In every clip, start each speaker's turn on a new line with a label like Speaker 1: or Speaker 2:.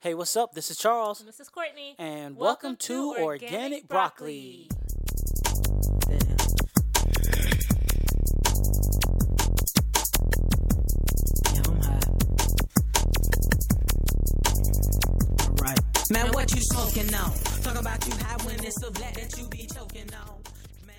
Speaker 1: Hey, what's up? This is Charles,
Speaker 2: This is Courtney.
Speaker 1: and welcome, to Organic, Broccoli.
Speaker 3: Yeah, I'm high. Alright. Man, what you smoking on? Talk about you high when it's a black that you be choking on. Man.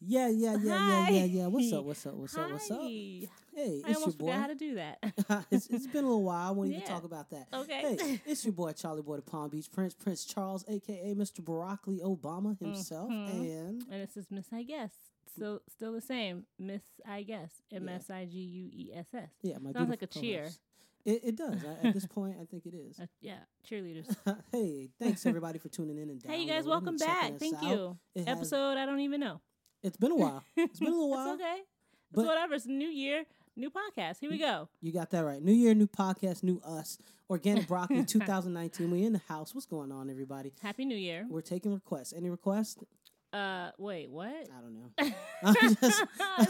Speaker 1: Yeah, yeah, yeah, yeah, yeah,
Speaker 2: Hi.
Speaker 1: yeah. What's up? What's up? What's
Speaker 2: Hi.
Speaker 1: up? What's up? Hey,
Speaker 2: I
Speaker 1: it's your
Speaker 2: almost forgot how
Speaker 1: boy.
Speaker 2: to do that.
Speaker 1: it's, it's been a little while. I won't even
Speaker 2: Yeah.
Speaker 1: talk about that.
Speaker 2: Okay.
Speaker 1: Hey, it's your boy Charlie Boy, the Palm Beach Prince, Prince Charles, aka Mr. Broccoli Obama himself,
Speaker 3: Mm-hmm.
Speaker 1: and
Speaker 2: and this is Miss I Guess. Still, still the same. Miss I Guess. M S I G U E S S.
Speaker 1: yeah, my
Speaker 2: Sounds like
Speaker 1: beautiful
Speaker 2: a cheer.
Speaker 1: co-host. It, it does. I, at this point, I think it is.
Speaker 2: Uh, yeah, cheerleaders.
Speaker 1: hey, thanks everybody for tuning in and
Speaker 2: hey, you
Speaker 1: downloading
Speaker 2: guys,
Speaker 1: and
Speaker 2: welcome
Speaker 1: checking
Speaker 2: back.
Speaker 1: us
Speaker 2: Thank
Speaker 1: out.
Speaker 2: you.
Speaker 1: It has-
Speaker 2: Episode I don't even know.
Speaker 1: It's been a while. It's been a little while.
Speaker 2: It's okay.
Speaker 1: but- Mm.
Speaker 2: it's whatever. It's a new year, new podcast. Here we go.
Speaker 1: You got that right. New year, new podcast, new us. Organic Broccoli 2019. We in the house. What's going on, everybody?
Speaker 2: Happy New Year.
Speaker 1: We're taking requests. Any requests?
Speaker 2: Uh, wait, what?
Speaker 1: I don't know. I'm just-
Speaker 2: is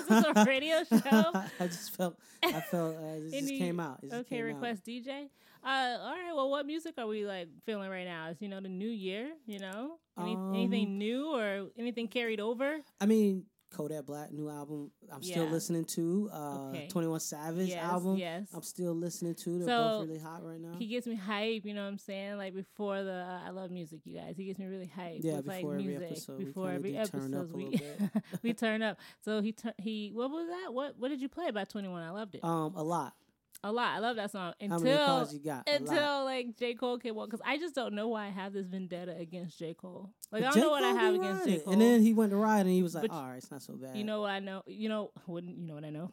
Speaker 2: this a radio show?
Speaker 1: I just felt. I felt. Uh, this just
Speaker 2: Any-
Speaker 1: came out. It just
Speaker 2: Okay,
Speaker 1: came out.
Speaker 2: request DJ. Uh, all right. Well, what music are we like feeling right now? Is you know the new year? You know, Any,
Speaker 1: Um,
Speaker 2: anything new or anything carried over?
Speaker 1: I mean, Kodak Black new album. I'm still
Speaker 2: Yeah.
Speaker 1: listening to. Uh,
Speaker 2: Okay.
Speaker 1: 21 Savage
Speaker 2: Yes,
Speaker 1: album.
Speaker 2: yes.
Speaker 1: I'm still listening to. They're both
Speaker 2: So,
Speaker 1: really hot right now.
Speaker 2: He gets me hype. You know what I'm saying? Like before the uh, I love music, you guys. He gets me really hype.
Speaker 1: Yeah,
Speaker 2: with,
Speaker 1: before
Speaker 2: like,
Speaker 1: every
Speaker 2: music.
Speaker 1: episode, we
Speaker 2: before
Speaker 1: kinda
Speaker 2: every
Speaker 1: do
Speaker 2: episode,
Speaker 1: turn up a
Speaker 2: we
Speaker 1: little
Speaker 2: we turn up. So he tur- he. What was that? What what did you play by 21? I loved it
Speaker 1: Um, a lot.
Speaker 2: a lot. I love that song
Speaker 1: How many
Speaker 2: until
Speaker 1: calls you got? A lot.
Speaker 2: until like J. Cole came on because I just don't know why I have this vendetta against J. Cole. Like I
Speaker 1: But
Speaker 2: don't
Speaker 1: J.
Speaker 2: know what I
Speaker 1: Cole
Speaker 2: have
Speaker 1: be
Speaker 2: against
Speaker 1: riding.
Speaker 2: J. Cole.
Speaker 1: And then he went to ride, and he was like,
Speaker 2: But-
Speaker 1: "All right, it's not so bad."
Speaker 2: you know what I know? You know wouldn't you know what I know?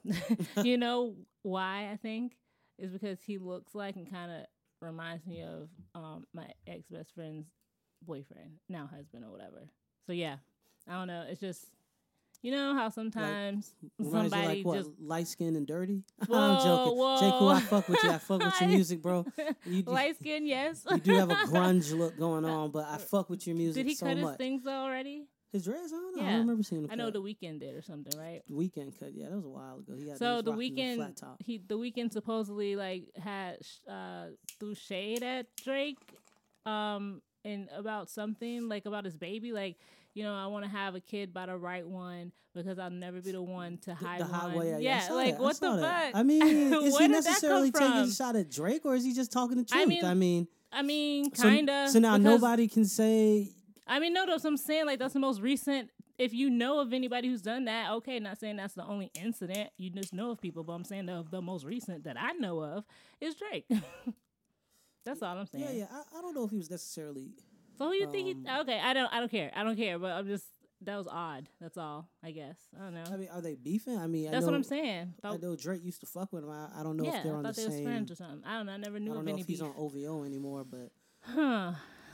Speaker 2: you know why I think is because he looks like and kind of reminds me of um my ex best friend's boyfriend, now husband or whatever. So yeah, I don't know. It's just you know how sometimes
Speaker 1: Reminds you
Speaker 2: somebody
Speaker 1: like what?
Speaker 2: just
Speaker 1: light skinned and dirty? I'm
Speaker 2: Whoa,
Speaker 1: joking. J. Cole, I
Speaker 2: whoa.
Speaker 1: fuck with you. I fuck with your music, bro. You do,
Speaker 2: light skin. Yes,
Speaker 1: you do have a grunge look going on, but I fuck with your music
Speaker 2: Did he
Speaker 1: so
Speaker 2: cut
Speaker 1: much.
Speaker 2: his things already?
Speaker 1: His dreads? I don't know. I
Speaker 2: Yeah.
Speaker 1: don't remember seeing him.
Speaker 2: I know
Speaker 1: cut.
Speaker 2: the weekend did or something, right?
Speaker 1: The weekend cut. Yeah, that was a while ago. He got he
Speaker 2: So
Speaker 1: was
Speaker 2: the
Speaker 1: rocking
Speaker 2: weekend,
Speaker 1: flat top.
Speaker 2: he the weekend supposedly like had sh- uh, threw shade at Drake, um, and about something like about his baby, like you know I want to have a kid by the right one because I'll never be the one to
Speaker 1: The-
Speaker 2: hide
Speaker 1: the
Speaker 2: one.
Speaker 1: highway. Yeah, yeah, I
Speaker 2: yeah,
Speaker 1: saw
Speaker 2: like
Speaker 1: that. I
Speaker 2: what
Speaker 1: saw
Speaker 2: the
Speaker 1: that.
Speaker 2: fuck?
Speaker 1: I mean, is he
Speaker 2: Where did that come
Speaker 1: necessarily taking a
Speaker 2: from?
Speaker 1: shot at Drake, or is he just talking the truth?
Speaker 2: I
Speaker 1: I mean,
Speaker 2: mean, I mean,
Speaker 1: so-
Speaker 2: kinda.
Speaker 1: So, now
Speaker 2: because-
Speaker 1: nobody can say
Speaker 2: I mean, no, that's what I'm saying. Like, that's the most recent. If you know of anybody who's done that, okay, not saying that's the only incident. You just know of people, but I'm saying of the most recent that I know of is Drake. that's all I'm saying.
Speaker 1: Yeah, yeah. I, I don't know if he was necessarily.
Speaker 2: So who you think
Speaker 1: Um,
Speaker 2: he okay, I don't I don't care. I don't care, but I'm just that was odd. That's all, I guess. I don't know.
Speaker 1: I mean, are they beefing? I mean, I
Speaker 2: that's
Speaker 1: know,
Speaker 2: what I'm saying.
Speaker 1: I
Speaker 2: Thought-
Speaker 1: know Drake used to fuck with him. I, I don't know
Speaker 2: yeah,
Speaker 1: if they're
Speaker 2: I
Speaker 1: on
Speaker 2: thought
Speaker 1: the
Speaker 2: they was
Speaker 1: same.
Speaker 2: friends or something. I don't know. I never knew
Speaker 1: I
Speaker 2: of
Speaker 1: don't know
Speaker 2: any
Speaker 1: if he's
Speaker 2: beef.
Speaker 1: on OVO anymore, but
Speaker 2: Huh.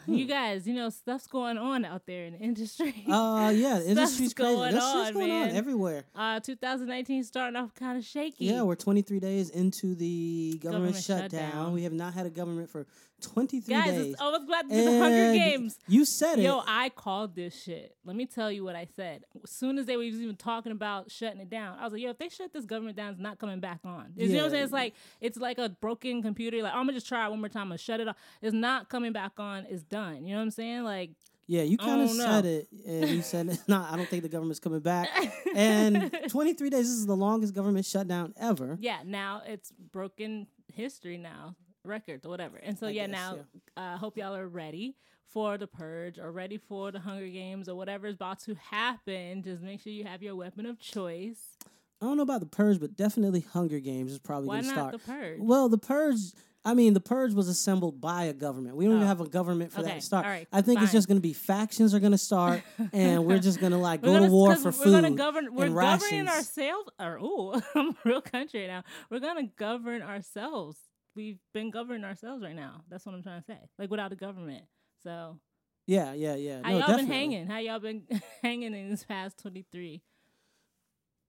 Speaker 2: You guys, you know, stuff's going on out there in the industry.
Speaker 1: uh, yeah, the industry's crazy.
Speaker 2: going
Speaker 1: That's
Speaker 2: on,
Speaker 1: going on
Speaker 2: man.
Speaker 1: everywhere.
Speaker 2: Uh, 2019 starting off kind of shaky.
Speaker 1: Yeah, we're 23 days into the government,
Speaker 2: Government
Speaker 1: shutdown.
Speaker 2: shutdown.
Speaker 1: We have not had a government for 23
Speaker 2: Guys,
Speaker 1: days.
Speaker 2: it's almost about to be the Hunger
Speaker 1: And
Speaker 2: Games.
Speaker 1: You said it.
Speaker 2: Yo, I called this shit. Let me tell you what I said. As soon as they were even talking about shutting it down, I was like, yo, if they shut this government down, it's not coming back on. You know what
Speaker 1: Yeah.
Speaker 2: I'm saying? It's like it's like a broken computer. Like, I'm gonna just try it one more time. I'm gonna shut it off. It's not coming back on. It's done. You know what I'm saying? Like,
Speaker 1: yeah, you kind of
Speaker 2: don't know.
Speaker 1: said it, and you said, it. "No, I don't think the government's coming back." and 23 days. This is the longest government shutdown ever.
Speaker 2: yeah, now it's broken history now, records or whatever. And so
Speaker 1: I
Speaker 2: yeah,
Speaker 1: guess,
Speaker 2: now I uh, hope y'all are ready for the purge or ready for the Hunger Games or whatever is about to happen. Just make sure you have your weapon of choice.
Speaker 1: I don't know about the purge, but definitely Hunger Games is probably
Speaker 2: Why
Speaker 1: going to
Speaker 2: not
Speaker 1: start.
Speaker 2: the purge?
Speaker 1: Well, the purge. I mean, the purge was assembled by a government. We don't even have a government for that
Speaker 2: Oh. Okay,
Speaker 1: to start.
Speaker 2: all right,
Speaker 1: I think it's
Speaker 2: fine.
Speaker 1: just going to be factions are going to start, and we're just going to like go
Speaker 2: We're
Speaker 1: to
Speaker 2: gonna-
Speaker 1: war
Speaker 2: 'cause
Speaker 1: for
Speaker 2: we're
Speaker 1: food
Speaker 2: Gonna govern, we're
Speaker 1: and
Speaker 2: governing
Speaker 1: rations.
Speaker 2: ourselves. Or ooh, I'm real country now. We're gonna govern ourselves. We've been governing ourselves right now. That's what I'm trying to say. Like without a government. So
Speaker 1: yeah, yeah, yeah. Uh, No,
Speaker 2: how y'all
Speaker 1: definitely.
Speaker 2: been hanging? How y'all been hanging in this past 23?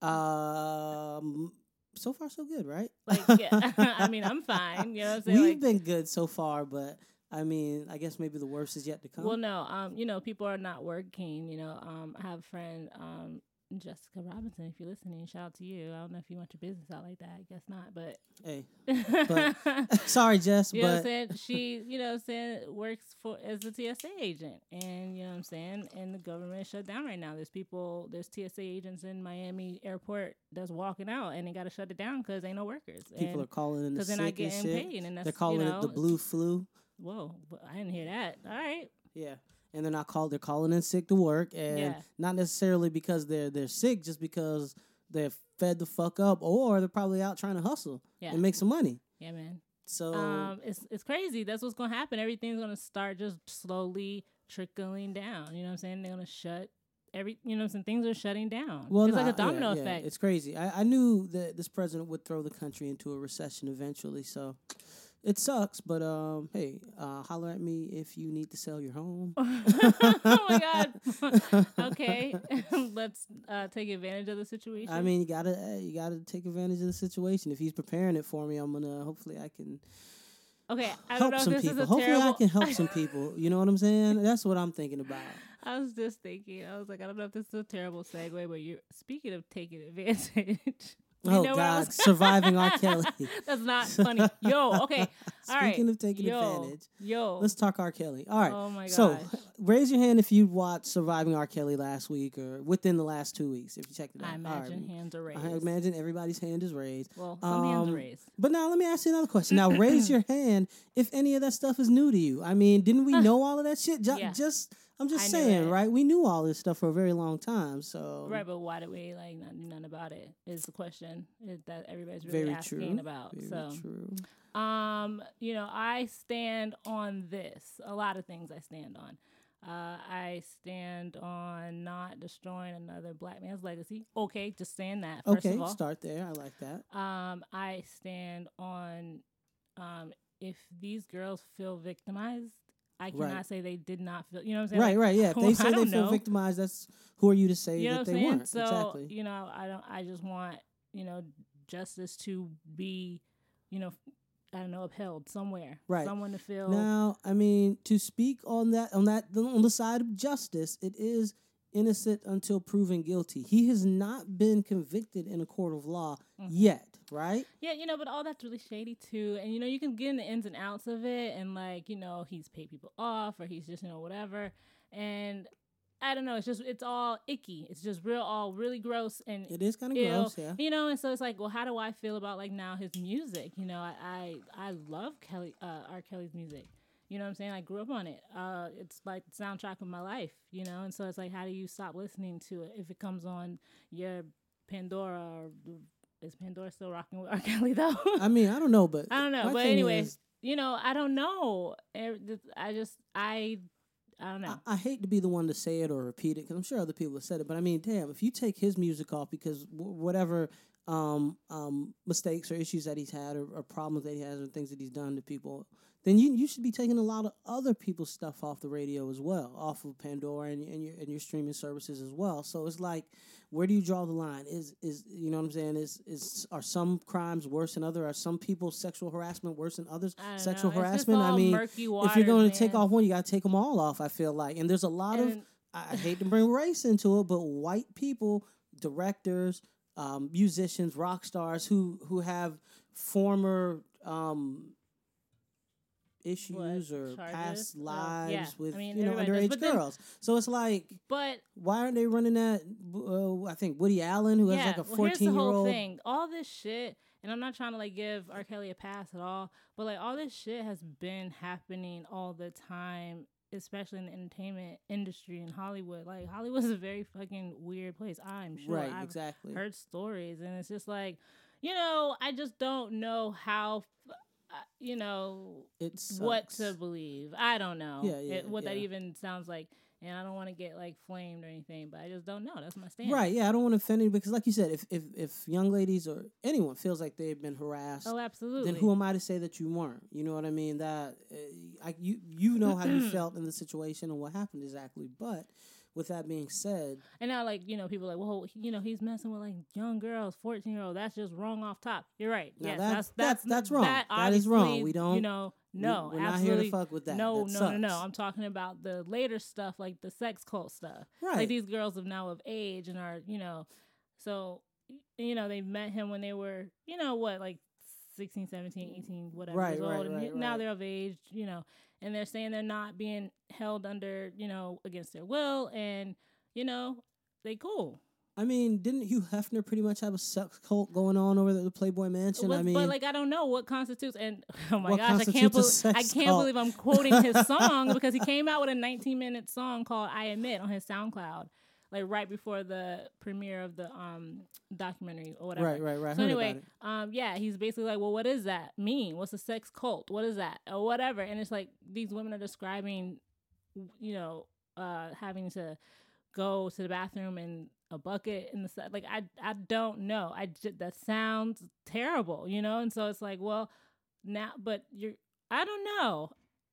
Speaker 1: Um, so far so good, right?
Speaker 2: Like, yeah. I mean, I'm fine. You know what I'm saying?
Speaker 1: We've
Speaker 2: like,
Speaker 1: been good so far, but I mean, I guess maybe the worst is yet to come.
Speaker 2: Well, no, um, you know, people are not working. You know, um, I have a friend, um, Jessica Robinson, if you're listening, shout out to you. I don't know if you want your business out like that. I guess not, but
Speaker 1: Hey,
Speaker 2: you
Speaker 1: sorry, Jess,
Speaker 2: know what I'm
Speaker 1: but
Speaker 2: saying? She, you know what I'm saying, works for as a TSA agent. And you know what I'm saying? And the government shut down right now. There's people, there's TSA agents in Miami airport that's walking out and they got to shut it down because ain't no workers.
Speaker 1: people
Speaker 2: and,
Speaker 1: are calling in the sick
Speaker 2: they're not
Speaker 1: and
Speaker 2: getting
Speaker 1: shit.
Speaker 2: paid. And that's,
Speaker 1: They're calling
Speaker 2: you know,
Speaker 1: it the blue flu.
Speaker 2: Whoa, but I didn't hear that. All right.
Speaker 1: Yeah. And they're not called they're calling in sick to work and
Speaker 2: Yeah.
Speaker 1: not necessarily because they're they're sick, just because they're fed the fuck up or they're probably out trying to hustle
Speaker 2: Yeah.
Speaker 1: and make some money.
Speaker 2: Yeah, man.
Speaker 1: So
Speaker 2: um, it's it's crazy. That's what's gonna happen. Everything's gonna start just slowly trickling down. You know what I'm saying? They're gonna shut every. You know what I'm saying? Things are shutting down.
Speaker 1: well,
Speaker 2: it's
Speaker 1: no,
Speaker 2: like a
Speaker 1: I- yeah,
Speaker 2: domino
Speaker 1: yeah,
Speaker 2: effect.
Speaker 1: it's crazy. I, I knew that this president would throw the country into a recession eventually, so it sucks, but um, hey, uh, holler at me if you need to sell your home.
Speaker 2: oh my god. okay, let's uh, take advantage of the situation.
Speaker 1: I mean, you gotta eh, you gotta take advantage of the situation. If he's preparing it for me, I'm gonna hopefully I can
Speaker 2: okay, I
Speaker 1: help
Speaker 2: don't know if
Speaker 1: some
Speaker 2: this
Speaker 1: people.
Speaker 2: is a
Speaker 1: Hopefully,
Speaker 2: terrible.
Speaker 1: I can help some people. You know what I'm saying? That's what I'm thinking about.
Speaker 2: I was just thinking. I was like, I don't know if this is a terrible segue, but you're speaking of taking advantage. You
Speaker 1: oh
Speaker 2: know where I
Speaker 1: God,
Speaker 2: was-
Speaker 1: surviving R. Kelly.
Speaker 2: That's not funny. Yo, okay. All right.
Speaker 1: Speaking of taking
Speaker 2: Yo,
Speaker 1: advantage,
Speaker 2: Yo.
Speaker 1: let's talk R. Kelly. All right.
Speaker 2: Oh my gosh.
Speaker 1: so raise your hand if you watched Surviving R. Kelly last week or within the last two weeks. If you checked it out,
Speaker 2: I
Speaker 1: All
Speaker 2: imagine
Speaker 1: right.
Speaker 2: hands are raised.
Speaker 1: I imagine everybody's hand is raised.
Speaker 2: well, some hands
Speaker 1: um,
Speaker 2: are raised.
Speaker 1: But now let me ask you another question. Now raise your hand if any of that stuff is new to you. I mean, didn't we know all of that shit? Ju-
Speaker 2: Yeah.
Speaker 1: Just I'm just
Speaker 2: I knew
Speaker 1: saying,
Speaker 2: it.
Speaker 1: right? We knew all this stuff for a very long time. So
Speaker 2: Right, but why do we like not do nothing about it? Is the question is that everybody's really
Speaker 1: Very
Speaker 2: asking
Speaker 1: true.
Speaker 2: about.
Speaker 1: Very
Speaker 2: so,
Speaker 1: true.
Speaker 2: um, you know, I stand on this. A lot of things I stand on. Uh, I stand on not destroying another black man's legacy. Okay, just saying that first
Speaker 1: okay,
Speaker 2: of all.
Speaker 1: start there. I like that.
Speaker 2: Um, I stand on um, if these girls feel victimized, I cannot
Speaker 1: Right.
Speaker 2: say they did not feel. You know what I'm saying?
Speaker 1: Right,
Speaker 2: Like,
Speaker 1: right, yeah. If
Speaker 2: well,
Speaker 1: they
Speaker 2: I
Speaker 1: say they
Speaker 2: don't
Speaker 1: feel
Speaker 2: know.
Speaker 1: victimized, that's who are you to say
Speaker 2: You know
Speaker 1: that
Speaker 2: what
Speaker 1: they
Speaker 2: I'm saying?
Speaker 1: weren't?
Speaker 2: So
Speaker 1: exactly.
Speaker 2: you know, I don't. I just want you know justice to be, you know, I don't know, upheld somewhere.
Speaker 1: Right.
Speaker 2: Someone to feel.
Speaker 1: Now, I mean, to speak on that on that on the side of justice, it is innocent until proven guilty. He has not been convicted in a court of law
Speaker 2: Mhm.
Speaker 1: yet, right?
Speaker 2: Yeah, you know, but all that's really shady too. And you know, you can get in the ins and outs of it and like, you know, he's paid people off or he's just, you know, whatever. And I don't know, it's just it's all icky. It's just real all really gross and
Speaker 1: It is kind of
Speaker 2: Ew.
Speaker 1: gross, yeah.
Speaker 2: you know, and so it's like, well, how do I feel about like now his music? You know, I I, I love Kelly uh, R. Kelly's music. You know what I'm saying? I grew up on it. Uh, it's like the soundtrack of my life. You know, and so it's like, how do you stop listening to it if it comes on your Pandora? Or, is Pandora still rocking with R. Kelly though?
Speaker 1: I mean, I don't know, but
Speaker 2: I don't know,
Speaker 1: my
Speaker 2: but
Speaker 1: thing
Speaker 2: anyway,
Speaker 1: is,
Speaker 2: you know, I don't know. Ev- th- I just I I don't know.
Speaker 1: I, I hate to be the one to say it or repeat it because I'm sure other people have said it, but I mean, damn, if you take his music off because w- whatever um, um, mistakes or issues that he's had or, or problems that he has or things that he's done to people, then you you should be taking a lot of other people's stuff off the radio as well, off of Pandora and, and your and your streaming services as well. So it's like, where do you draw the line? Is is you know what I'm saying? Is is are some crimes worse than other? Are some people sexual harassment worse than others?
Speaker 2: I don't
Speaker 1: Sexual
Speaker 2: know. It's just
Speaker 1: harassment. I
Speaker 2: all
Speaker 1: mean,
Speaker 2: murky
Speaker 1: if you're going to
Speaker 2: waters,
Speaker 1: take
Speaker 2: man.
Speaker 1: off one, you got to take them all off. I feel like, and there's a lot of
Speaker 2: And-
Speaker 1: I I hate to bring race into it, but white people, directors, um, musicians, rock stars who who have former um, issues or
Speaker 2: Charges?
Speaker 1: past
Speaker 2: Oh,
Speaker 1: lives
Speaker 2: yeah.
Speaker 1: with
Speaker 2: I mean,
Speaker 1: you know
Speaker 2: everybody does,
Speaker 1: underage
Speaker 2: but then-
Speaker 1: girls. so it's like,
Speaker 2: but
Speaker 1: why aren't they running that? Uh, I think Woody Allen, who
Speaker 2: yeah,
Speaker 1: has like a
Speaker 2: well, here's the
Speaker 1: fourteen
Speaker 2: whole
Speaker 1: year old.
Speaker 2: thing. All this shit, and I'm not trying to like give R. Kelly a pass at all, but like all this shit has been happening all the time, especially in the entertainment industry in Hollywood. Like Hollywood's a very fucking weird place. I'm sure.
Speaker 1: right,
Speaker 2: I've
Speaker 1: exactly.
Speaker 2: heard stories and it's just like you know i just don't know how f- uh, you know
Speaker 1: It's
Speaker 2: what to believe i don't know
Speaker 1: Yeah, yeah,
Speaker 2: it- what that
Speaker 1: yeah.
Speaker 2: even sounds like and i don't want to get like flamed or anything but i just don't know that's my stance
Speaker 1: Right, yeah, I don't want to offend anybody because, like you said, if, if if young ladies or anyone feels like they've been harassed
Speaker 2: oh absolutely
Speaker 1: Then who am I to say that you weren't? You know what I mean? That uh, I, you you know how you felt in the situation and what happened exactly. But with that being said,
Speaker 2: and now like you know people are like well he- you know he's messing with like young girls 14 year old that's just wrong off top you're right
Speaker 1: Now that-
Speaker 2: yes that's
Speaker 1: that's-
Speaker 2: that's
Speaker 1: that's wrong.
Speaker 2: that
Speaker 1: That is wrong.
Speaker 2: obviously,
Speaker 1: We don't-
Speaker 2: you know No,
Speaker 1: we're not
Speaker 2: absolutely.
Speaker 1: here to fuck with that.
Speaker 2: No,
Speaker 1: That
Speaker 2: no,
Speaker 1: sucks.
Speaker 2: no, no. I'm talking about the later stuff, like the sex cult stuff.
Speaker 1: Right.
Speaker 2: Like these girls are now of age and are, you know, so, you know, they met him when they were, you know, what, like 16, 17, 18, whatever
Speaker 1: Right,
Speaker 2: years
Speaker 1: right,
Speaker 2: old. and
Speaker 1: right,
Speaker 2: now
Speaker 1: right.
Speaker 2: they're of age, you know, and they're saying they're not being held under, you know, against their will. And, you know, they cool.
Speaker 1: I mean, didn't Hugh Hefner pretty much have a sex cult going on over at the Playboy Mansion?
Speaker 2: What-
Speaker 1: I mean,
Speaker 2: but like I don't know what constitutes and oh my
Speaker 1: What
Speaker 2: gosh, I can't believe
Speaker 1: constitutes a
Speaker 2: I
Speaker 1: sex
Speaker 2: can't
Speaker 1: cult?
Speaker 2: believe I'm quoting his song because he came out with a 19 minute song called "I Admit" on his SoundCloud, like right before the premiere of the um documentary or whatever.
Speaker 1: right, right, right. I
Speaker 2: So
Speaker 1: heard
Speaker 2: anyway,
Speaker 1: about it.
Speaker 2: um, yeah, he's basically like, well, what does that mean? What's a sex cult? What is that or whatever? And it's like these women are describing, you know, uh, having to go to the bathroom in a bucket in the se- like I I don't know. I ju- that sounds terrible, you know. And so it's like, well, now, but you're I don't know.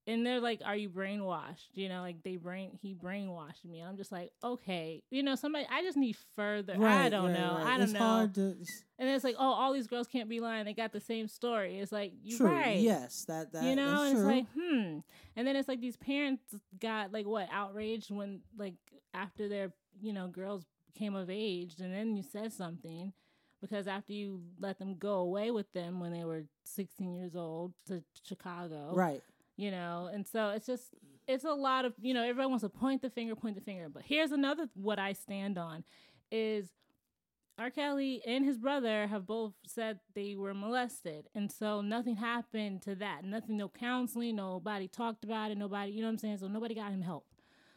Speaker 2: And they're like, "Are you brainwashed?" You know, like they brain he brainwashed me. I'm just like, okay, you know, somebody. I just need further. I
Speaker 1: Right,
Speaker 2: don't
Speaker 1: right,
Speaker 2: know.
Speaker 1: right.
Speaker 2: I don't
Speaker 1: it's
Speaker 2: know.
Speaker 1: Hard to,
Speaker 2: And it's like, oh, all these girls can't be lying. They got the same story. It's like, you're
Speaker 1: true.
Speaker 2: right.
Speaker 1: Yes, that that
Speaker 2: you know,
Speaker 1: that's
Speaker 2: and
Speaker 1: true.
Speaker 2: it's like, hmm. And then it's like these parents got like what outraged when like after their you know girls came of age, and then you said something because after you let them go away with them when they were 16 years old to Chicago,
Speaker 1: right.
Speaker 2: you know and so it's just it's a lot of you know everyone wants to point the finger point the finger but here's another what i stand on is r kelly and his brother have both said they were molested and so nothing happened to that nothing no counseling nobody talked about it nobody you know what i'm saying so nobody got him help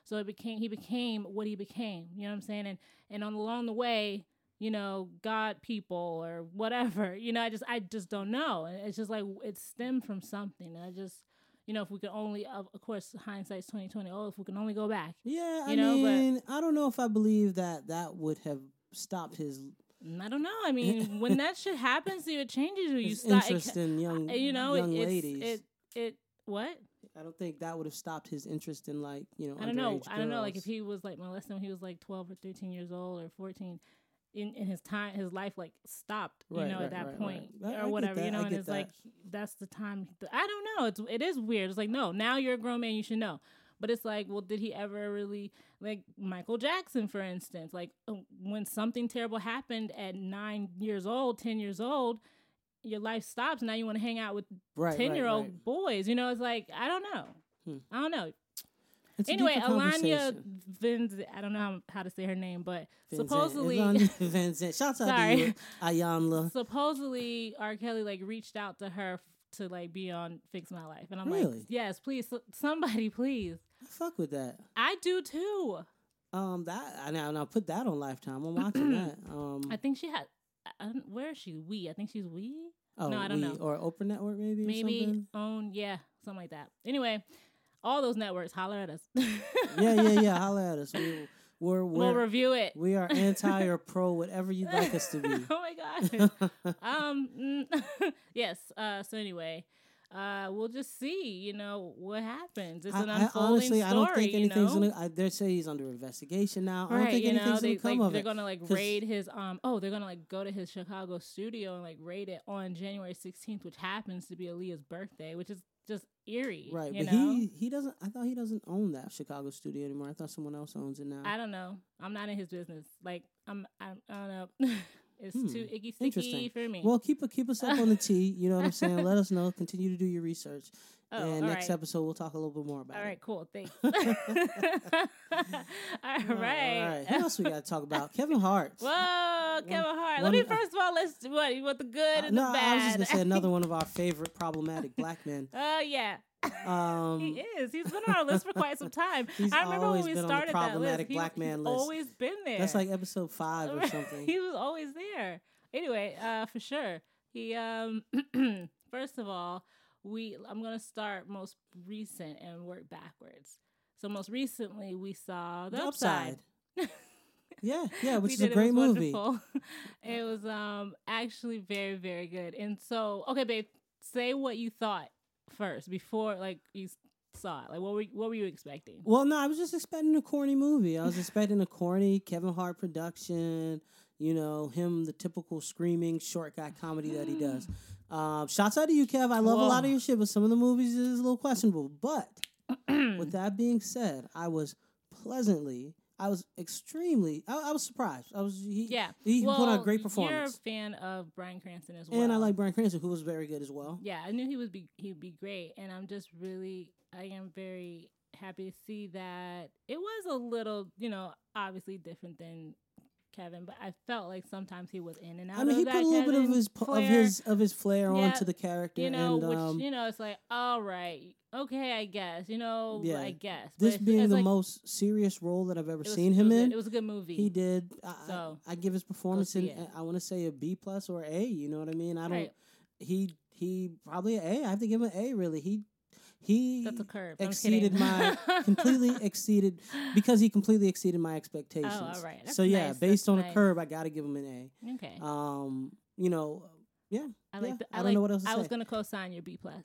Speaker 2: so it became he became what he became you know what i'm saying and and on along the way you know god people or whatever you know i just i just don't know And it's just like it stemmed from something and i just you know, if we could only, of of course, hindsight's twenty twenty. Oh, if we can only go back,
Speaker 1: Yeah, I
Speaker 2: You know, but-
Speaker 1: mean, I don't know if I believe that that would have stopped his,
Speaker 2: Mm, I don't know. I mean, when that shit happens to you, it changes you. You
Speaker 1: his
Speaker 2: start, it,
Speaker 1: interest in young
Speaker 2: ca- you know, it,
Speaker 1: young
Speaker 2: it's,
Speaker 1: ladies.
Speaker 2: it, it, what?
Speaker 1: I don't think that would have stopped his interest in like you know.
Speaker 2: I don't know.
Speaker 1: underage
Speaker 2: I don't know. Like if
Speaker 1: girls.
Speaker 2: he was like molested when he was like twelve or thirteen years old or fourteen. In, in his time, his life like stopped, you
Speaker 1: Right,
Speaker 2: know,
Speaker 1: right,
Speaker 2: at that
Speaker 1: right,
Speaker 2: point
Speaker 1: right. I- I
Speaker 2: or
Speaker 1: get
Speaker 2: whatever,
Speaker 1: that,
Speaker 2: you know.
Speaker 1: I
Speaker 2: and
Speaker 1: get
Speaker 2: it's like that's the time. I don't know. It's it is weird. It's like no, now you're a grown man, you should know. But it's like, well, did he ever really like Michael Jackson, for instance? Like uh, when something terrible happened at nine years old, ten years old, your life stops. Now you want to hang out with
Speaker 1: right, right,
Speaker 2: ten year old
Speaker 1: right.
Speaker 2: boys. You know, it's like I don't know.
Speaker 1: Hmm.
Speaker 2: I don't know
Speaker 1: It's a
Speaker 2: anyway,
Speaker 1: deeper
Speaker 2: Alanya
Speaker 1: conversation.
Speaker 2: Vinz, I don't know how, how to say her name, but
Speaker 1: Van Zandt.
Speaker 2: supposedly,
Speaker 1: Alanya Van Zandt. Shout out to you,
Speaker 2: sorry,
Speaker 1: Ayanla.
Speaker 2: supposedly R. Kelly like reached out to her f- to like be on Fix My Life, and I'm like,
Speaker 1: Really?
Speaker 2: yes, please, so- somebody, please,
Speaker 1: I fuck with that.
Speaker 2: I do too.
Speaker 1: Um, that I now now put that on Lifetime. I'm watching that. Um,
Speaker 2: I think she had. I- I don't, where is she? We, I think she's we,
Speaker 1: oh,
Speaker 2: no, I don't
Speaker 1: we-
Speaker 2: know.
Speaker 1: Or Oprah Network, maybe. or
Speaker 2: maybe
Speaker 1: something?
Speaker 2: own, yeah, something like that. Anyway, all those networks holler at us.
Speaker 1: yeah, yeah, yeah. Holla at us. We, we're
Speaker 2: we'll
Speaker 1: we're
Speaker 2: review it.
Speaker 1: we are anti or pro, whatever you'd like us to be.
Speaker 2: oh my gosh. um mm, yes uh so anyway uh we'll just see you know what happens it's
Speaker 1: I-
Speaker 2: an
Speaker 1: I
Speaker 2: unfolding
Speaker 1: honestly,
Speaker 2: story
Speaker 1: I don't think
Speaker 2: you know
Speaker 1: anything's gonna. I, they say he's under investigation now. I
Speaker 2: Right,
Speaker 1: don't think
Speaker 2: you
Speaker 1: anything's
Speaker 2: know,
Speaker 1: gonna
Speaker 2: they,
Speaker 1: come
Speaker 2: like,
Speaker 1: of
Speaker 2: they're
Speaker 1: it.
Speaker 2: gonna like
Speaker 1: 'cause-
Speaker 2: raid his um. Oh, they're gonna like go to his Chicago studio and like raid it on January sixteenth, which happens to be Aaliyah's birthday, which is just eerie,
Speaker 1: Right,
Speaker 2: You
Speaker 1: but
Speaker 2: know,
Speaker 1: he he doesn't. I thought he doesn't own that Chicago studio anymore. I thought someone else owns it now.
Speaker 2: I don't know. I'm not in his business. Like I'm, I'm I don't know. it's
Speaker 1: Hmm,
Speaker 2: too icky sticky
Speaker 1: interesting.
Speaker 2: for me.
Speaker 1: Well, keep keep us up on the tea. You know what I'm saying. Let us know. Continue to do your research,
Speaker 2: oh, all
Speaker 1: and next
Speaker 2: right.
Speaker 1: episode we'll talk a little bit more about
Speaker 2: All
Speaker 1: it.
Speaker 2: right, cool. Thanks. all
Speaker 1: All
Speaker 2: right.
Speaker 1: Who else we got to talk about? Kevin Hart.
Speaker 2: Whoa, Kevin Hart. Let
Speaker 1: one-
Speaker 2: me first of all let's what you want the good
Speaker 1: Uh,
Speaker 2: and
Speaker 1: no,
Speaker 2: the
Speaker 1: I was just
Speaker 2: bad.
Speaker 1: gonna say another one of our favorite problematic black men.
Speaker 2: oh yeah, he
Speaker 1: Um,
Speaker 2: is. He's been on our list for quite some time.
Speaker 1: He's
Speaker 2: I remember when
Speaker 1: always
Speaker 2: we
Speaker 1: been on the
Speaker 2: started that list.
Speaker 1: problematic
Speaker 2: He-
Speaker 1: black man
Speaker 2: he's
Speaker 1: list.
Speaker 2: Always been there.
Speaker 1: that's like episode five or something.
Speaker 2: he was always there. Anyway, uh, for sure. He um, first of all, we I'm gonna start most recent and work backwards. So most recently, we saw the, upside.
Speaker 1: yeah, yeah, which
Speaker 2: we
Speaker 1: is a
Speaker 2: did.
Speaker 1: great
Speaker 2: it was
Speaker 1: movie.
Speaker 2: Wonderful. it was um actually very very good. And so, okay, babe, say what you thought first before like you s- saw it. Like what were what were you expecting?
Speaker 1: Well, no, I was just expecting a corny movie. I was expecting a corny Kevin Hart production. you know him the typical screaming short guy comedy that he does. Um, shouts out to you, Kev. I love a lot of your shit, but some of the movies is a little questionable. But
Speaker 2: Hmm.
Speaker 1: with that being said, I was pleasantly, I was extremely, I, I was surprised. I was he,
Speaker 2: Yeah.
Speaker 1: he
Speaker 2: well,
Speaker 1: put on a great performance,
Speaker 2: You're a fan of Brian Cranston as well.
Speaker 1: and I like Brian Cranston, who was very good as well.
Speaker 2: Yeah, I knew he would be he would be great, and I'm just really I am very happy to see that it was a little you know obviously different than Kevin, but I felt like sometimes he was in and out.
Speaker 1: I mean,
Speaker 2: of
Speaker 1: he
Speaker 2: that
Speaker 1: put a little bit of
Speaker 2: Kevin
Speaker 1: his pu- of
Speaker 2: flair,
Speaker 1: his of his flair
Speaker 2: Yeah,
Speaker 1: onto the character,
Speaker 2: you know,
Speaker 1: and
Speaker 2: which
Speaker 1: um,
Speaker 2: you know it's like all right, okay, I guess you know,
Speaker 1: Yeah.
Speaker 2: I guess But
Speaker 1: this
Speaker 2: it's-
Speaker 1: being
Speaker 2: it's
Speaker 1: the
Speaker 2: like,
Speaker 1: most serious role that I've ever
Speaker 2: it was-
Speaker 1: seen
Speaker 2: it
Speaker 1: him
Speaker 2: was a-
Speaker 1: in.
Speaker 2: it was a good movie.
Speaker 1: He did. I, I-
Speaker 2: So,
Speaker 1: I, give his performance
Speaker 2: see
Speaker 1: in.
Speaker 2: it.
Speaker 1: I want to say a B plus or A. You know what I mean? I don't.
Speaker 2: Right.
Speaker 1: He he probably an A. I have to give him an A. Really, he he
Speaker 2: That's a curve. I'm kidding.
Speaker 1: exceeded my completely exceeded because he completely exceeded my expectations.
Speaker 2: Oh, all right. That's
Speaker 1: so yeah,
Speaker 2: nice.
Speaker 1: based
Speaker 2: That's
Speaker 1: on a
Speaker 2: nice.
Speaker 1: curve, I got to give him an
Speaker 2: okay.
Speaker 1: A. Um, you know,
Speaker 2: I
Speaker 1: yeah,
Speaker 2: like. the-
Speaker 1: I
Speaker 2: I,
Speaker 1: don't
Speaker 2: like,
Speaker 1: know what else to
Speaker 2: I was
Speaker 1: say.
Speaker 2: gonna co-sign your B plus.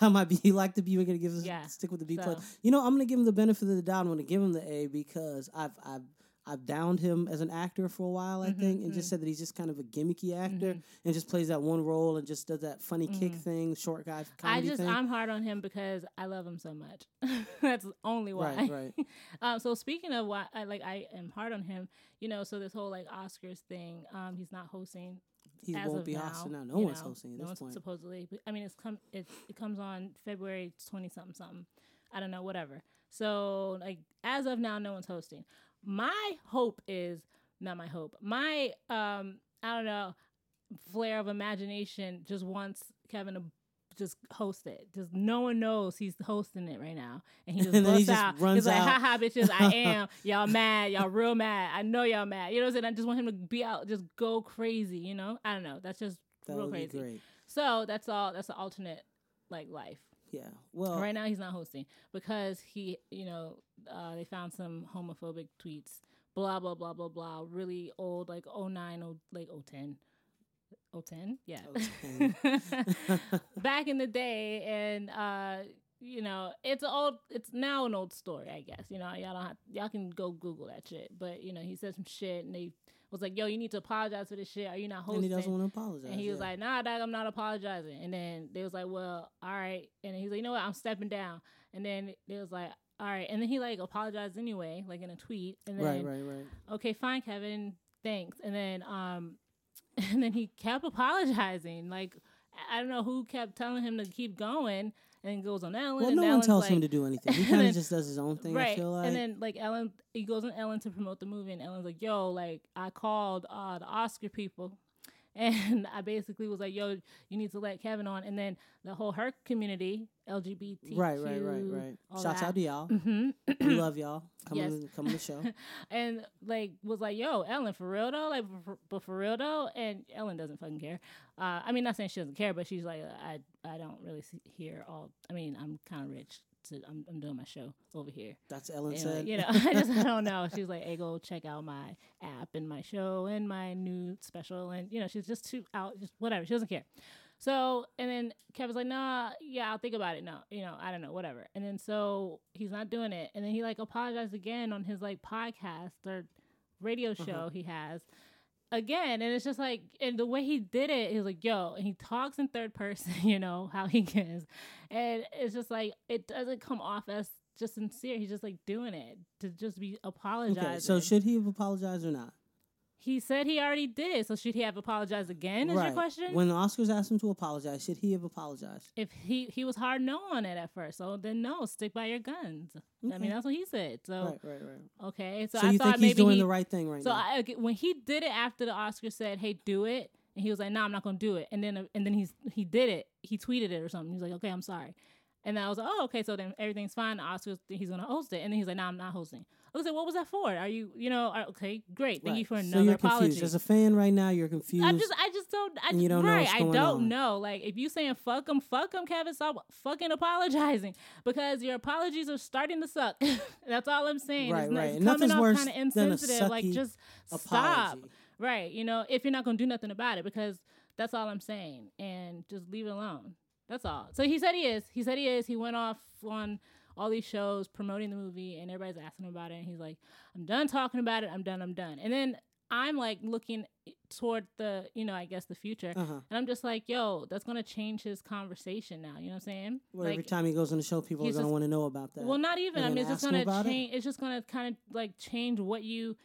Speaker 1: I might be like the B. We're gonna give us
Speaker 2: Yeah,
Speaker 1: stick with the B
Speaker 2: so.
Speaker 1: plus. You know, I'm gonna give him the benefit of the doubt. I'm gonna give him the A because I've I've I've downed him as an actor for a while, I
Speaker 2: Mhm,
Speaker 1: think, and just said that he's just kind of a gimmicky actor
Speaker 2: Mm-hmm.
Speaker 1: and just plays that one role and just does that funny kick thing, short guy
Speaker 2: Mm. I
Speaker 1: comedy
Speaker 2: just
Speaker 1: thing.
Speaker 2: I'm hard on him because I love him so much. That's only why.
Speaker 1: Right, right.
Speaker 2: um, so speaking of why, I, like I am hard on him. You know, so this whole like Oscars thing. Um, he's not hosting.
Speaker 1: he
Speaker 2: as
Speaker 1: won't
Speaker 2: of
Speaker 1: be
Speaker 2: now,
Speaker 1: hosting now. No
Speaker 2: you
Speaker 1: one's
Speaker 2: know,
Speaker 1: hosting at
Speaker 2: no
Speaker 1: this
Speaker 2: one's
Speaker 1: point.
Speaker 2: Supposedly, But, I mean, it's come. It, it comes on February twenty something something. I don't know, whatever. So like as of now, no one's hosting. My hope is not my hope. My um, I don't know, flare of imagination just wants Kevin to just host it. Just no one knows he's hosting it right now, and he just
Speaker 1: And then he
Speaker 2: busts
Speaker 1: just
Speaker 2: out.
Speaker 1: runs
Speaker 2: he's like,
Speaker 1: out.
Speaker 2: "Ha ha, bitches! I am y'all mad. Y'all real mad. I know y'all mad. You know what I'm saying? I just want him to be out, just go crazy. You know? I don't know. That's just
Speaker 1: that
Speaker 2: real
Speaker 1: would
Speaker 2: crazy.
Speaker 1: be great.
Speaker 2: So that's all. That's the alternate like life.
Speaker 1: Yeah. Well,
Speaker 2: Right now he's not hosting because he, you know, uh, they found some homophobic tweets. Blah blah blah blah blah. Really old, like 09, oh- like 010. 010? Yeah.
Speaker 1: 010.
Speaker 2: Back in the day, and uh, you know, it's an old. It's now an old story, I guess. You know, y'all don't. Have, y'all can go Google that shit. But you know, he said some shit, and they was like, "Yo, you need to apologize for this shit. Are you not hosting?"
Speaker 1: and he doesn't want to apologize.
Speaker 2: And he was
Speaker 1: yeah.
Speaker 2: like, nah, dog, I'm not apologizing. And then they was like, well, all right. And then he's like, you know what? I'm stepping down. And then they was like, all right. And then he like apologized anyway, like in a tweet. And then,
Speaker 1: right, right, right.
Speaker 2: okay, fine, Kevin, thanks. And then, um, and then he kept apologizing. Like, I- I don't know who kept telling him to keep going. And he goes on Ellen.
Speaker 1: Well,
Speaker 2: and
Speaker 1: no one
Speaker 2: Ellen's
Speaker 1: tells
Speaker 2: like,
Speaker 1: him to do anything. He
Speaker 2: and
Speaker 1: kind of
Speaker 2: then-
Speaker 1: just does his own thing. I
Speaker 2: Right.
Speaker 1: feel like.
Speaker 2: And then like Ellen he goes on Ellen to promote the movie and Ellen's like, Yo, like I called uh the Oscar people and I basically was like, Yo, you need to let Kevin on and then the whole her community, LGBT.
Speaker 1: right, right, right, right.
Speaker 2: all
Speaker 1: Shouts
Speaker 2: that.
Speaker 1: out to y'all.
Speaker 2: hmm
Speaker 1: we love y'all. Come
Speaker 2: Yes.
Speaker 1: on, come on the show.
Speaker 2: and like was like, yo, Ellen, for real though, like, for, but for real though, and Ellen doesn't fucking care. Uh, I mean, not saying she doesn't care, but she's like, I, I don't really see, hear all. I mean, I'm kind of rich, so I'm, I'm doing my show over here.
Speaker 1: That's Ellen
Speaker 2: And,
Speaker 1: said.
Speaker 2: like, you know, I just I don't know. She's like, hey, go check out my app and my show and my new special, and you know, she's just too out, just whatever. She doesn't care. So, and then Kevin's like, nah, yeah, I'll think about it. No, you know, I don't know, whatever. And then so he's not doing it, and then he like apologized again on his like podcast or radio show he has again and it's just like and the way he did it he was like yo and he talks in third person you know how he is and it's just like it doesn't come off as just sincere he's just like doing it to just be apologizing
Speaker 1: okay, so should he have apologized or not?
Speaker 2: he said he already did so should he have apologized again is your question
Speaker 1: When the Oscars asked him to apologize, should he have apologized?
Speaker 2: if he he was hard no on it at first so then no stick by your guns i
Speaker 1: Okay.
Speaker 2: mean that's what he said so
Speaker 1: Right, right, right.
Speaker 2: okay so,
Speaker 1: So,
Speaker 2: i
Speaker 1: you
Speaker 2: thought
Speaker 1: think
Speaker 2: maybe
Speaker 1: he's doing
Speaker 2: he,
Speaker 1: the right thing right
Speaker 2: So
Speaker 1: now?
Speaker 2: I, okay, when he did it after the Oscar said, "Hey, do it," and he was like, "No, I'm not gonna do it," and then and then he's he did it. He tweeted it or something. He's like, "Okay, I'm sorry," and then I was like, "Oh, okay, so then everything's fine. The Oscars, he's gonna host it," and then he's like, "No, I'm not hosting." I was like, "What was that for? Are you, you know, are, okay, great, thank you
Speaker 1: Right.
Speaker 2: for
Speaker 1: so
Speaker 2: another
Speaker 1: you're
Speaker 2: apology."
Speaker 1: confused. As a fan right now, you're confused.
Speaker 2: I'm just, I just don't, I
Speaker 1: And you don't know
Speaker 2: right,
Speaker 1: what's
Speaker 2: I
Speaker 1: going
Speaker 2: don't
Speaker 1: on.
Speaker 2: know. Like, if you saying fuck him, fuck him, Kevin, stop fucking apologizing because your apologies are starting to suck. That's all I'm saying.
Speaker 1: Right,
Speaker 2: it's not,
Speaker 1: right.
Speaker 2: It's
Speaker 1: And nothing's
Speaker 2: coming off
Speaker 1: worse
Speaker 2: kind of
Speaker 1: than a
Speaker 2: insensitive. Like,
Speaker 1: sucky
Speaker 2: just stop.
Speaker 1: Apology.
Speaker 2: Right. You know, if you're not going to do nothing about it, because that's all I'm saying. And just leave it alone. That's all. So he said he is. He said he is. He went off on all these shows promoting the movie, and everybody's asking him about it. And he's like, I'm done talking about it. I'm done. I'm done. And then I'm like looking toward the, you know, I guess the future.
Speaker 1: Uh huh.
Speaker 2: And I'm just like, yo, that's gonna change his conversation now. You know what I'm saying?
Speaker 1: Well,
Speaker 2: like,
Speaker 1: every time he goes on the show, people are
Speaker 2: he's
Speaker 1: going to
Speaker 2: just-
Speaker 1: want to know about that.
Speaker 2: well, not even.
Speaker 1: and
Speaker 2: I mean,
Speaker 1: then
Speaker 2: it's just
Speaker 1: ask him
Speaker 2: gonna
Speaker 1: about it?
Speaker 2: change. It's just gonna kind of like change what you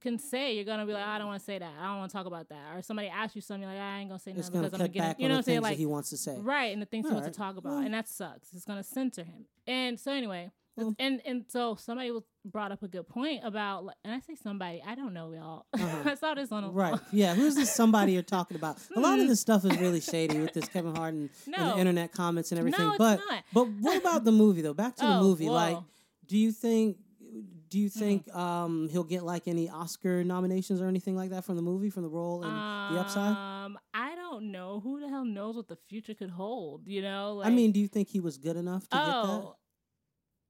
Speaker 2: can say. You're gonna be like, I don't want to say that. I don't want to talk about that. Or somebody asks you something, you're like, I ain't gonna say
Speaker 1: it's
Speaker 2: nothing
Speaker 1: going
Speaker 2: because
Speaker 1: to
Speaker 2: I'm gonna
Speaker 1: cut
Speaker 2: get.
Speaker 1: back
Speaker 2: it. You
Speaker 1: on
Speaker 2: know what
Speaker 1: the things
Speaker 2: I'm saying? Like,
Speaker 1: that he wants to say.
Speaker 2: right and the things he wants
Speaker 1: Alright,
Speaker 2: to talk about
Speaker 1: well-
Speaker 2: and that sucks it's gonna censor him and so anyway it's-
Speaker 1: Well-
Speaker 2: and and so somebody was brought up a good point about like- and i say somebody i don't know y'all
Speaker 1: Uh-huh.
Speaker 2: i saw this on a
Speaker 1: Right. Yeah. Who's this somebody you're talking about? A lot of this stuff is really shady with this Kevin Hart and, and
Speaker 2: No.
Speaker 1: the internet comments and everything.
Speaker 2: No, it's
Speaker 1: but
Speaker 2: not.
Speaker 1: but what about the movie though? Back to the
Speaker 2: Oh,
Speaker 1: movie. Like,
Speaker 2: whoa.
Speaker 1: do you think do
Speaker 2: Mm-hmm.
Speaker 1: you think um, he'll get like any Oscar nominations or anything like that from the movie from the role and
Speaker 2: Uh,
Speaker 1: the upside?
Speaker 2: um i don't know who the hell knows what the future could hold you know like,
Speaker 1: I mean, do you think he was good enough to
Speaker 2: oh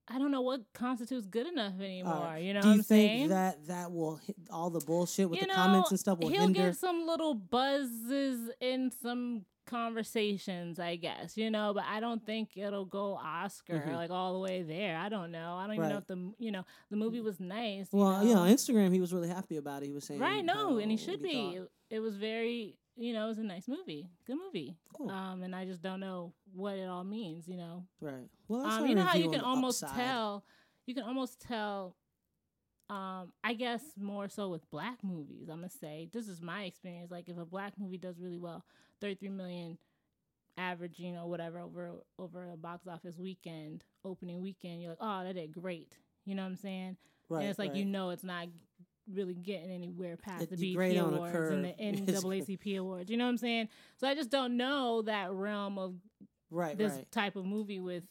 Speaker 2: i don't know what constitutes good enough
Speaker 1: get that?
Speaker 2: anymore
Speaker 1: All right.
Speaker 2: you know
Speaker 1: Uh, do
Speaker 2: what
Speaker 1: you
Speaker 2: i'm
Speaker 1: think
Speaker 2: saying
Speaker 1: that that will hit all the bullshit with
Speaker 2: You
Speaker 1: the comments
Speaker 2: know,
Speaker 1: and stuff will
Speaker 2: he'll
Speaker 1: hinder?
Speaker 2: get some little buzzes in some conversations i guess you know but i don't think it'll go oscar
Speaker 1: Mhm.
Speaker 2: like all the way there i don't know i don't even
Speaker 1: Right.
Speaker 2: know if the m- you know the movie was nice you
Speaker 1: well, you know,
Speaker 2: know.
Speaker 1: Instagram, he was really happy about it. He was saying, "Oh,
Speaker 2: right no and he
Speaker 1: how-
Speaker 2: should
Speaker 1: what
Speaker 2: be
Speaker 1: thought.
Speaker 2: it, it was very you know it was a nice movie good movie
Speaker 1: Cool.
Speaker 2: um and i just don't know what it all means you know
Speaker 1: Right. Well, that's
Speaker 2: um,
Speaker 1: our
Speaker 2: you know how
Speaker 1: review
Speaker 2: you
Speaker 1: on
Speaker 2: can
Speaker 1: the
Speaker 2: almost
Speaker 1: upside.
Speaker 2: tell you can almost tell um i guess more so with black movies i'm gonna say this is my experience like if a black movie does really well 33 million average you know whatever over over a box office weekend opening weekend you're like oh that did great you know what i'm saying
Speaker 1: Right.
Speaker 2: and it's like
Speaker 1: right.
Speaker 2: you know it's not really getting anywhere past
Speaker 1: It'd
Speaker 2: the
Speaker 1: be
Speaker 2: BET
Speaker 1: great on a
Speaker 2: awards and the
Speaker 1: curve. It's great.
Speaker 2: NAACP awards. You know what I'm saying? So I just don't know that realm of
Speaker 1: right,
Speaker 2: this
Speaker 1: right,
Speaker 2: type of movie with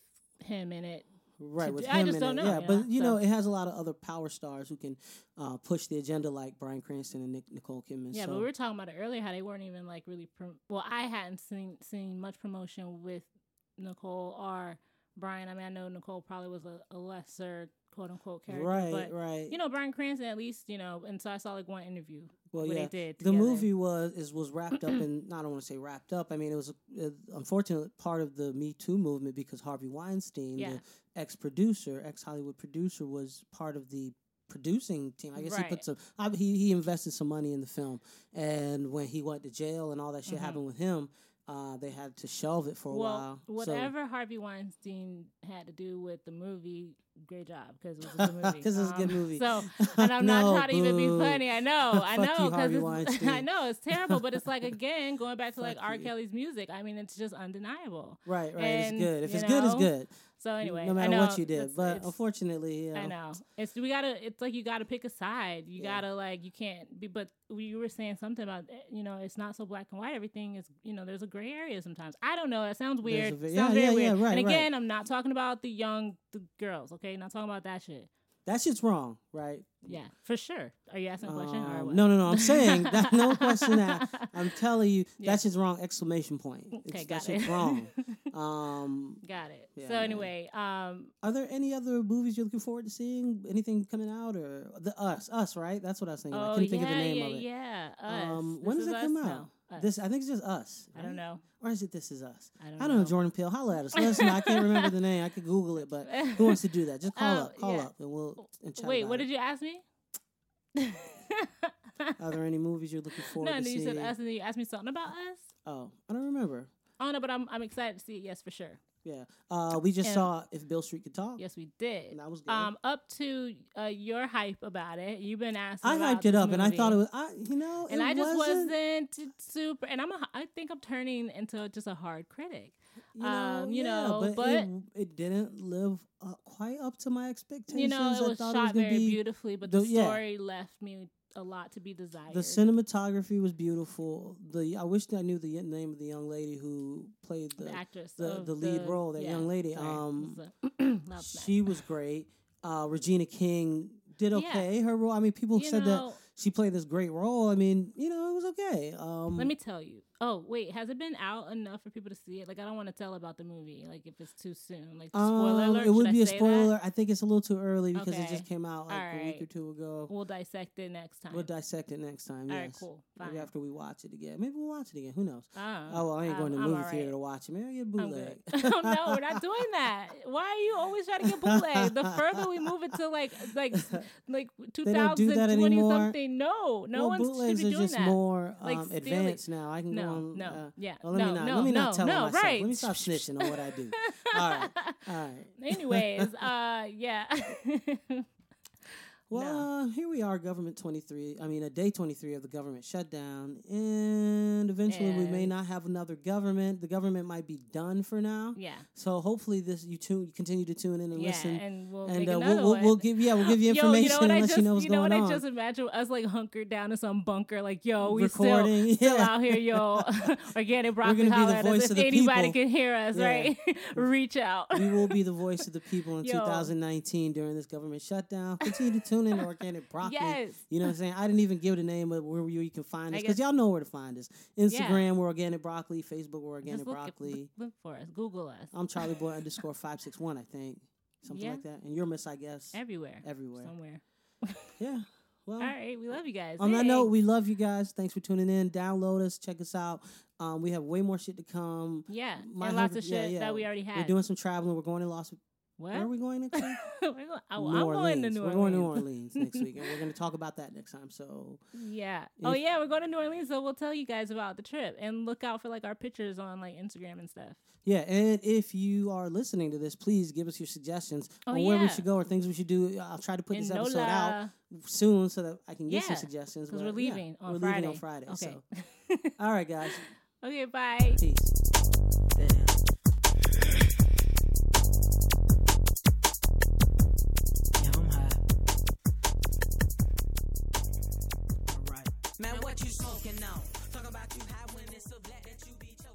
Speaker 2: him in it.
Speaker 1: right.
Speaker 2: to
Speaker 1: With
Speaker 2: do-
Speaker 1: him
Speaker 2: I just
Speaker 1: in
Speaker 2: don't
Speaker 1: it.
Speaker 2: know,
Speaker 1: yeah,
Speaker 2: you
Speaker 1: but
Speaker 2: know,
Speaker 1: you know,
Speaker 2: so-
Speaker 1: it has a lot of other power stars who can uh, push the agenda, like Brian Cranston and Nick, Nicole Kidman.
Speaker 2: Yeah,
Speaker 1: so,
Speaker 2: but we were talking about it earlier how they weren't even like really pro- well. I hadn't seen seen much promotion with Nicole or Brian. I mean, I know Nicole probably was a, a lesser quote unquote character,
Speaker 1: right,
Speaker 2: but
Speaker 1: right.
Speaker 2: you know Brian Cranston at least you know. And so I saw like one interview
Speaker 1: well,
Speaker 2: where
Speaker 1: yeah.
Speaker 2: they did
Speaker 1: The
Speaker 2: together.
Speaker 1: movie was is was wrapped up in. I don't want to say wrapped up. I mean, it was uh, unfortunately part of the Me Too movement because Harvey Weinstein,
Speaker 2: Yeah.
Speaker 1: the ex producer, ex Hollywood producer, was part of the producing team. I guess he put
Speaker 2: Right.
Speaker 1: some. I, he he invested some money in the film, and when he went to jail and all that shit
Speaker 2: Mhm.
Speaker 1: happened with him, uh, they had to shelve it for a
Speaker 2: Well,
Speaker 1: while.
Speaker 2: whatever Harvey Weinstein had to do with the movie, great job because it was a good movie. Um,
Speaker 1: Because it's a good movie.
Speaker 2: So, and I'm
Speaker 1: No,
Speaker 2: not trying to even be
Speaker 1: boo.
Speaker 2: funny. I know, I
Speaker 1: Fuck you,
Speaker 2: know,
Speaker 1: Harvey
Speaker 2: because I
Speaker 1: Weinstein.
Speaker 2: know it's terrible. But it's like again going back to like
Speaker 1: Fuck
Speaker 2: R.
Speaker 1: you.
Speaker 2: Kelly's music. I mean, it's just undeniable.
Speaker 1: Right, right.
Speaker 2: And,
Speaker 1: it's good. If
Speaker 2: you
Speaker 1: it's good, it's
Speaker 2: know,
Speaker 1: good.
Speaker 2: So anyway,
Speaker 1: no
Speaker 2: I
Speaker 1: matter
Speaker 2: know,
Speaker 1: what you did,
Speaker 2: it's-
Speaker 1: but
Speaker 2: it's-
Speaker 1: unfortunately, you know,
Speaker 2: I know it's we gotta. It's like you gotta pick a side. You
Speaker 1: Yeah.
Speaker 2: gotta like you can't be. But you were saying something about eh, you know it's not so black and white. Everything is you know there's a gray area sometimes. I don't know. That sounds
Speaker 1: There's a
Speaker 2: weird.
Speaker 1: ve-
Speaker 2: sounds
Speaker 1: yeah,
Speaker 2: very
Speaker 1: yeah, yeah,
Speaker 2: weird.
Speaker 1: right,
Speaker 2: and
Speaker 1: right.
Speaker 2: again, I'm not talking about the young the girls. Okay, not talking about that shit.
Speaker 1: that shit's wrong, right?
Speaker 2: Yeah, for sure. Are you asking a question or
Speaker 1: Um,
Speaker 2: what?
Speaker 1: No, no, no. I'm saying that. No question that. I'm telling you,
Speaker 2: Yeah.
Speaker 1: that shit's wrong. Exclamation point.
Speaker 2: Okay,
Speaker 1: It's-
Speaker 2: got
Speaker 1: that shit's
Speaker 2: it.
Speaker 1: wrong. Um,
Speaker 2: got it.
Speaker 1: Yeah,
Speaker 2: so
Speaker 1: man.
Speaker 2: anyway, um,
Speaker 1: are there any other movies you're looking forward to seeing? Anything coming out or the Us? Us, right? That's what I was thinking. I
Speaker 2: oh
Speaker 1: couldn't
Speaker 2: yeah,
Speaker 1: think of the name
Speaker 2: yeah,
Speaker 1: of it.
Speaker 2: yeah. Us.
Speaker 1: Um,
Speaker 2: This
Speaker 1: when does
Speaker 2: is
Speaker 1: it
Speaker 2: us
Speaker 1: come
Speaker 2: now. Us.
Speaker 1: This I think it's just Us.
Speaker 2: I don't
Speaker 1: right?
Speaker 2: know.
Speaker 1: Or is it This Is Us?
Speaker 2: I don't,
Speaker 1: I don't know, Jordan Peele. Holla at us. Let us know. I can't remember the name. I could Google it, but who wants to do that? Just call
Speaker 2: Oh,
Speaker 1: up. Call
Speaker 2: yeah.
Speaker 1: up, and we'll and chat
Speaker 2: Wait,
Speaker 1: about
Speaker 2: what
Speaker 1: it.
Speaker 2: did you ask me?
Speaker 1: Are there any movies you're looking forward
Speaker 2: no,
Speaker 1: to
Speaker 2: and then you
Speaker 1: seeing?
Speaker 2: said us, and then you asked me something about us.
Speaker 1: Oh, I don't remember.
Speaker 2: Oh no, but I'm I'm excited to see it. Yes, for sure.
Speaker 1: Yeah, uh, we just
Speaker 2: And-
Speaker 1: saw if Bill Street could talk.
Speaker 2: Yes, we did.
Speaker 1: and that was good.
Speaker 2: Um, up to uh, your hype about it. You've been asking.
Speaker 1: I
Speaker 2: about
Speaker 1: hyped it
Speaker 2: this
Speaker 1: up, and I
Speaker 2: movie.
Speaker 1: thought it was. I you know,
Speaker 2: and
Speaker 1: it
Speaker 2: I just
Speaker 1: wasn't,
Speaker 2: wasn't, t- super. And I'm a, I think I'm turning into just a hard critic.
Speaker 1: You know,
Speaker 2: um, you
Speaker 1: yeah,
Speaker 2: know,
Speaker 1: but, it, it didn't live up, quite up to my expectations.
Speaker 2: You know,
Speaker 1: I
Speaker 2: it was
Speaker 1: thought
Speaker 2: shot
Speaker 1: it was gonna
Speaker 2: very
Speaker 1: be,
Speaker 2: beautifully, but
Speaker 1: the-
Speaker 2: the,
Speaker 1: yeah.
Speaker 2: story left me a lot to be desired.
Speaker 1: The cinematography was beautiful. The I wish I knew the y- name of the young lady who played
Speaker 2: the,
Speaker 1: the
Speaker 2: actress,
Speaker 1: the-
Speaker 2: of
Speaker 1: the lead role, that
Speaker 2: yeah,
Speaker 1: young lady,
Speaker 2: sorry,
Speaker 1: um,
Speaker 2: this is a loud snack.
Speaker 1: She was great. Uh, Regina King did
Speaker 2: Yeah.
Speaker 1: okay. Her role. I mean, people
Speaker 2: You
Speaker 1: said that
Speaker 2: know,
Speaker 1: she played this great role. I mean, you know, it was okay. Um,
Speaker 2: Let me tell you, Oh wait, has it been out enough for people to see it? Like I don't want to tell about the movie. Like if it's too soon. Like spoiler
Speaker 1: Um,
Speaker 2: alert.
Speaker 1: it would
Speaker 2: should I
Speaker 1: be a
Speaker 2: say that?
Speaker 1: spoiler. I think it's a little too early because it
Speaker 2: Okay.
Speaker 1: just came out like a week or
Speaker 2: Alright.
Speaker 1: two ago.
Speaker 2: We'll dissect it next time.
Speaker 1: We'll dissect it next time.
Speaker 2: All
Speaker 1: yes.
Speaker 2: right, cool. Fine.
Speaker 1: Maybe after we watch it again. Maybe we'll watch it again. Who knows?
Speaker 2: Uh,
Speaker 1: oh well, I ain't going to the
Speaker 2: I'm- I'm
Speaker 1: movie
Speaker 2: all
Speaker 1: theater
Speaker 2: right.
Speaker 1: to watch it. Maybe I'll get
Speaker 2: I'm
Speaker 1: bootleg.
Speaker 2: good. Oh, no, we're not doing that. Why are you always trying to get bootleg? The further we move it to like like like
Speaker 1: They don't do that
Speaker 2: 2020
Speaker 1: anymore.
Speaker 2: something, no,
Speaker 1: well,
Speaker 2: no one's should
Speaker 1: bootlegs
Speaker 2: be
Speaker 1: are
Speaker 2: doing
Speaker 1: just
Speaker 2: that.
Speaker 1: more um,
Speaker 2: Like, steal it.
Speaker 1: advanced now. I can go
Speaker 2: no,
Speaker 1: on.
Speaker 2: no,
Speaker 1: uh,
Speaker 2: yeah,
Speaker 1: well, let
Speaker 2: no,
Speaker 1: me not.
Speaker 2: no,
Speaker 1: let me
Speaker 2: no,
Speaker 1: not tell on
Speaker 2: no,
Speaker 1: myself.
Speaker 2: right?
Speaker 1: Let me stop snitching on what I do. All right, all right.
Speaker 2: Anyways, uh, yeah.
Speaker 1: Well, uh, here we are, government 23. I mean, a day 23 of the government shutdown. And eventually we may
Speaker 2: And-
Speaker 1: not have another government. The government might be done for now.
Speaker 2: yeah,
Speaker 1: So hopefully this you tune you continue to tune in and
Speaker 2: yeah,
Speaker 1: listen.
Speaker 2: and we'll
Speaker 1: and
Speaker 2: make
Speaker 1: uh, we'll,
Speaker 2: another
Speaker 1: we'll,
Speaker 2: one.
Speaker 1: we'll give yeah, we'll give you
Speaker 2: Yo,
Speaker 1: information
Speaker 2: you know what
Speaker 1: and
Speaker 2: I
Speaker 1: let
Speaker 2: just,
Speaker 1: you know what's
Speaker 2: you know
Speaker 1: going
Speaker 2: what
Speaker 1: on.
Speaker 2: I just imagine us like hunkered down in some bunker, like yo, we still
Speaker 1: Recording,
Speaker 2: still
Speaker 1: yeah.
Speaker 2: out here, yo, organic
Speaker 1: gonna
Speaker 2: broccoli
Speaker 1: be the
Speaker 2: holler at
Speaker 1: voice
Speaker 2: us
Speaker 1: of
Speaker 2: if
Speaker 1: the
Speaker 2: anybody
Speaker 1: people.
Speaker 2: can hear us,
Speaker 1: Yeah.
Speaker 2: right? Reach out.
Speaker 1: we will be the voice of the people in
Speaker 2: Yo.
Speaker 1: 2019 during this government shutdown. Continue to tune in to Organic Broccoli.
Speaker 2: Yes.
Speaker 1: You know what I'm saying? I didn't even give the name of where you you can find
Speaker 2: I
Speaker 1: us because y'all know where to find us. Instagram, we're Organic Broccoli. Facebook, we're Organic
Speaker 2: Just look,
Speaker 1: Broccoli.
Speaker 2: look- look for us. Google us.
Speaker 1: I'm Charlie Boy underscore five six one, I think, something
Speaker 2: Yeah.
Speaker 1: like that. And you're Miss, I guess,
Speaker 2: Everywhere.
Speaker 1: everywhere.
Speaker 2: Somewhere.
Speaker 1: Yeah. Well,
Speaker 2: All right. We love you guys.
Speaker 1: on that
Speaker 2: Hey.
Speaker 1: note, we love you guys. Thanks for tuning in. Download us. Check us out. Um, we have way more shit to come.
Speaker 2: yeah.
Speaker 1: My
Speaker 2: and lots
Speaker 1: hundred-
Speaker 2: of shit
Speaker 1: yeah, yeah.
Speaker 2: that we already had.
Speaker 1: We're doing some traveling. We're going to Los.
Speaker 2: what?
Speaker 1: Where are we going next week?
Speaker 2: We're going- oh, I'm going to New
Speaker 1: We're
Speaker 2: Orleans.
Speaker 1: going to New Orleans next week, and we're going to talk about that next time. So
Speaker 2: Yeah. Oh
Speaker 1: If-
Speaker 2: yeah, we're going to New Orleans, so we'll tell you guys about the trip and look out for like our pictures on like Instagram and stuff.
Speaker 1: yeah, and if you are listening to this, please give us your suggestions
Speaker 2: Oh,
Speaker 1: on where we
Speaker 2: yeah.
Speaker 1: should go or things we should do. I'll try to put
Speaker 2: In
Speaker 1: this episode out
Speaker 2: Nola.
Speaker 1: soon so that I can get some
Speaker 2: Yeah,
Speaker 1: suggestions.
Speaker 2: because
Speaker 1: but
Speaker 2: we're
Speaker 1: yeah,
Speaker 2: leaving on
Speaker 1: we're
Speaker 2: Friday.
Speaker 1: leaving on Friday.
Speaker 2: Okay.
Speaker 1: So all right, guys,
Speaker 2: okay. Bye.
Speaker 1: peace.
Speaker 3: Damn. Yeah, I'm high. Alright. Man, what you smoking on? Talk about you high when it's a black that you be choking.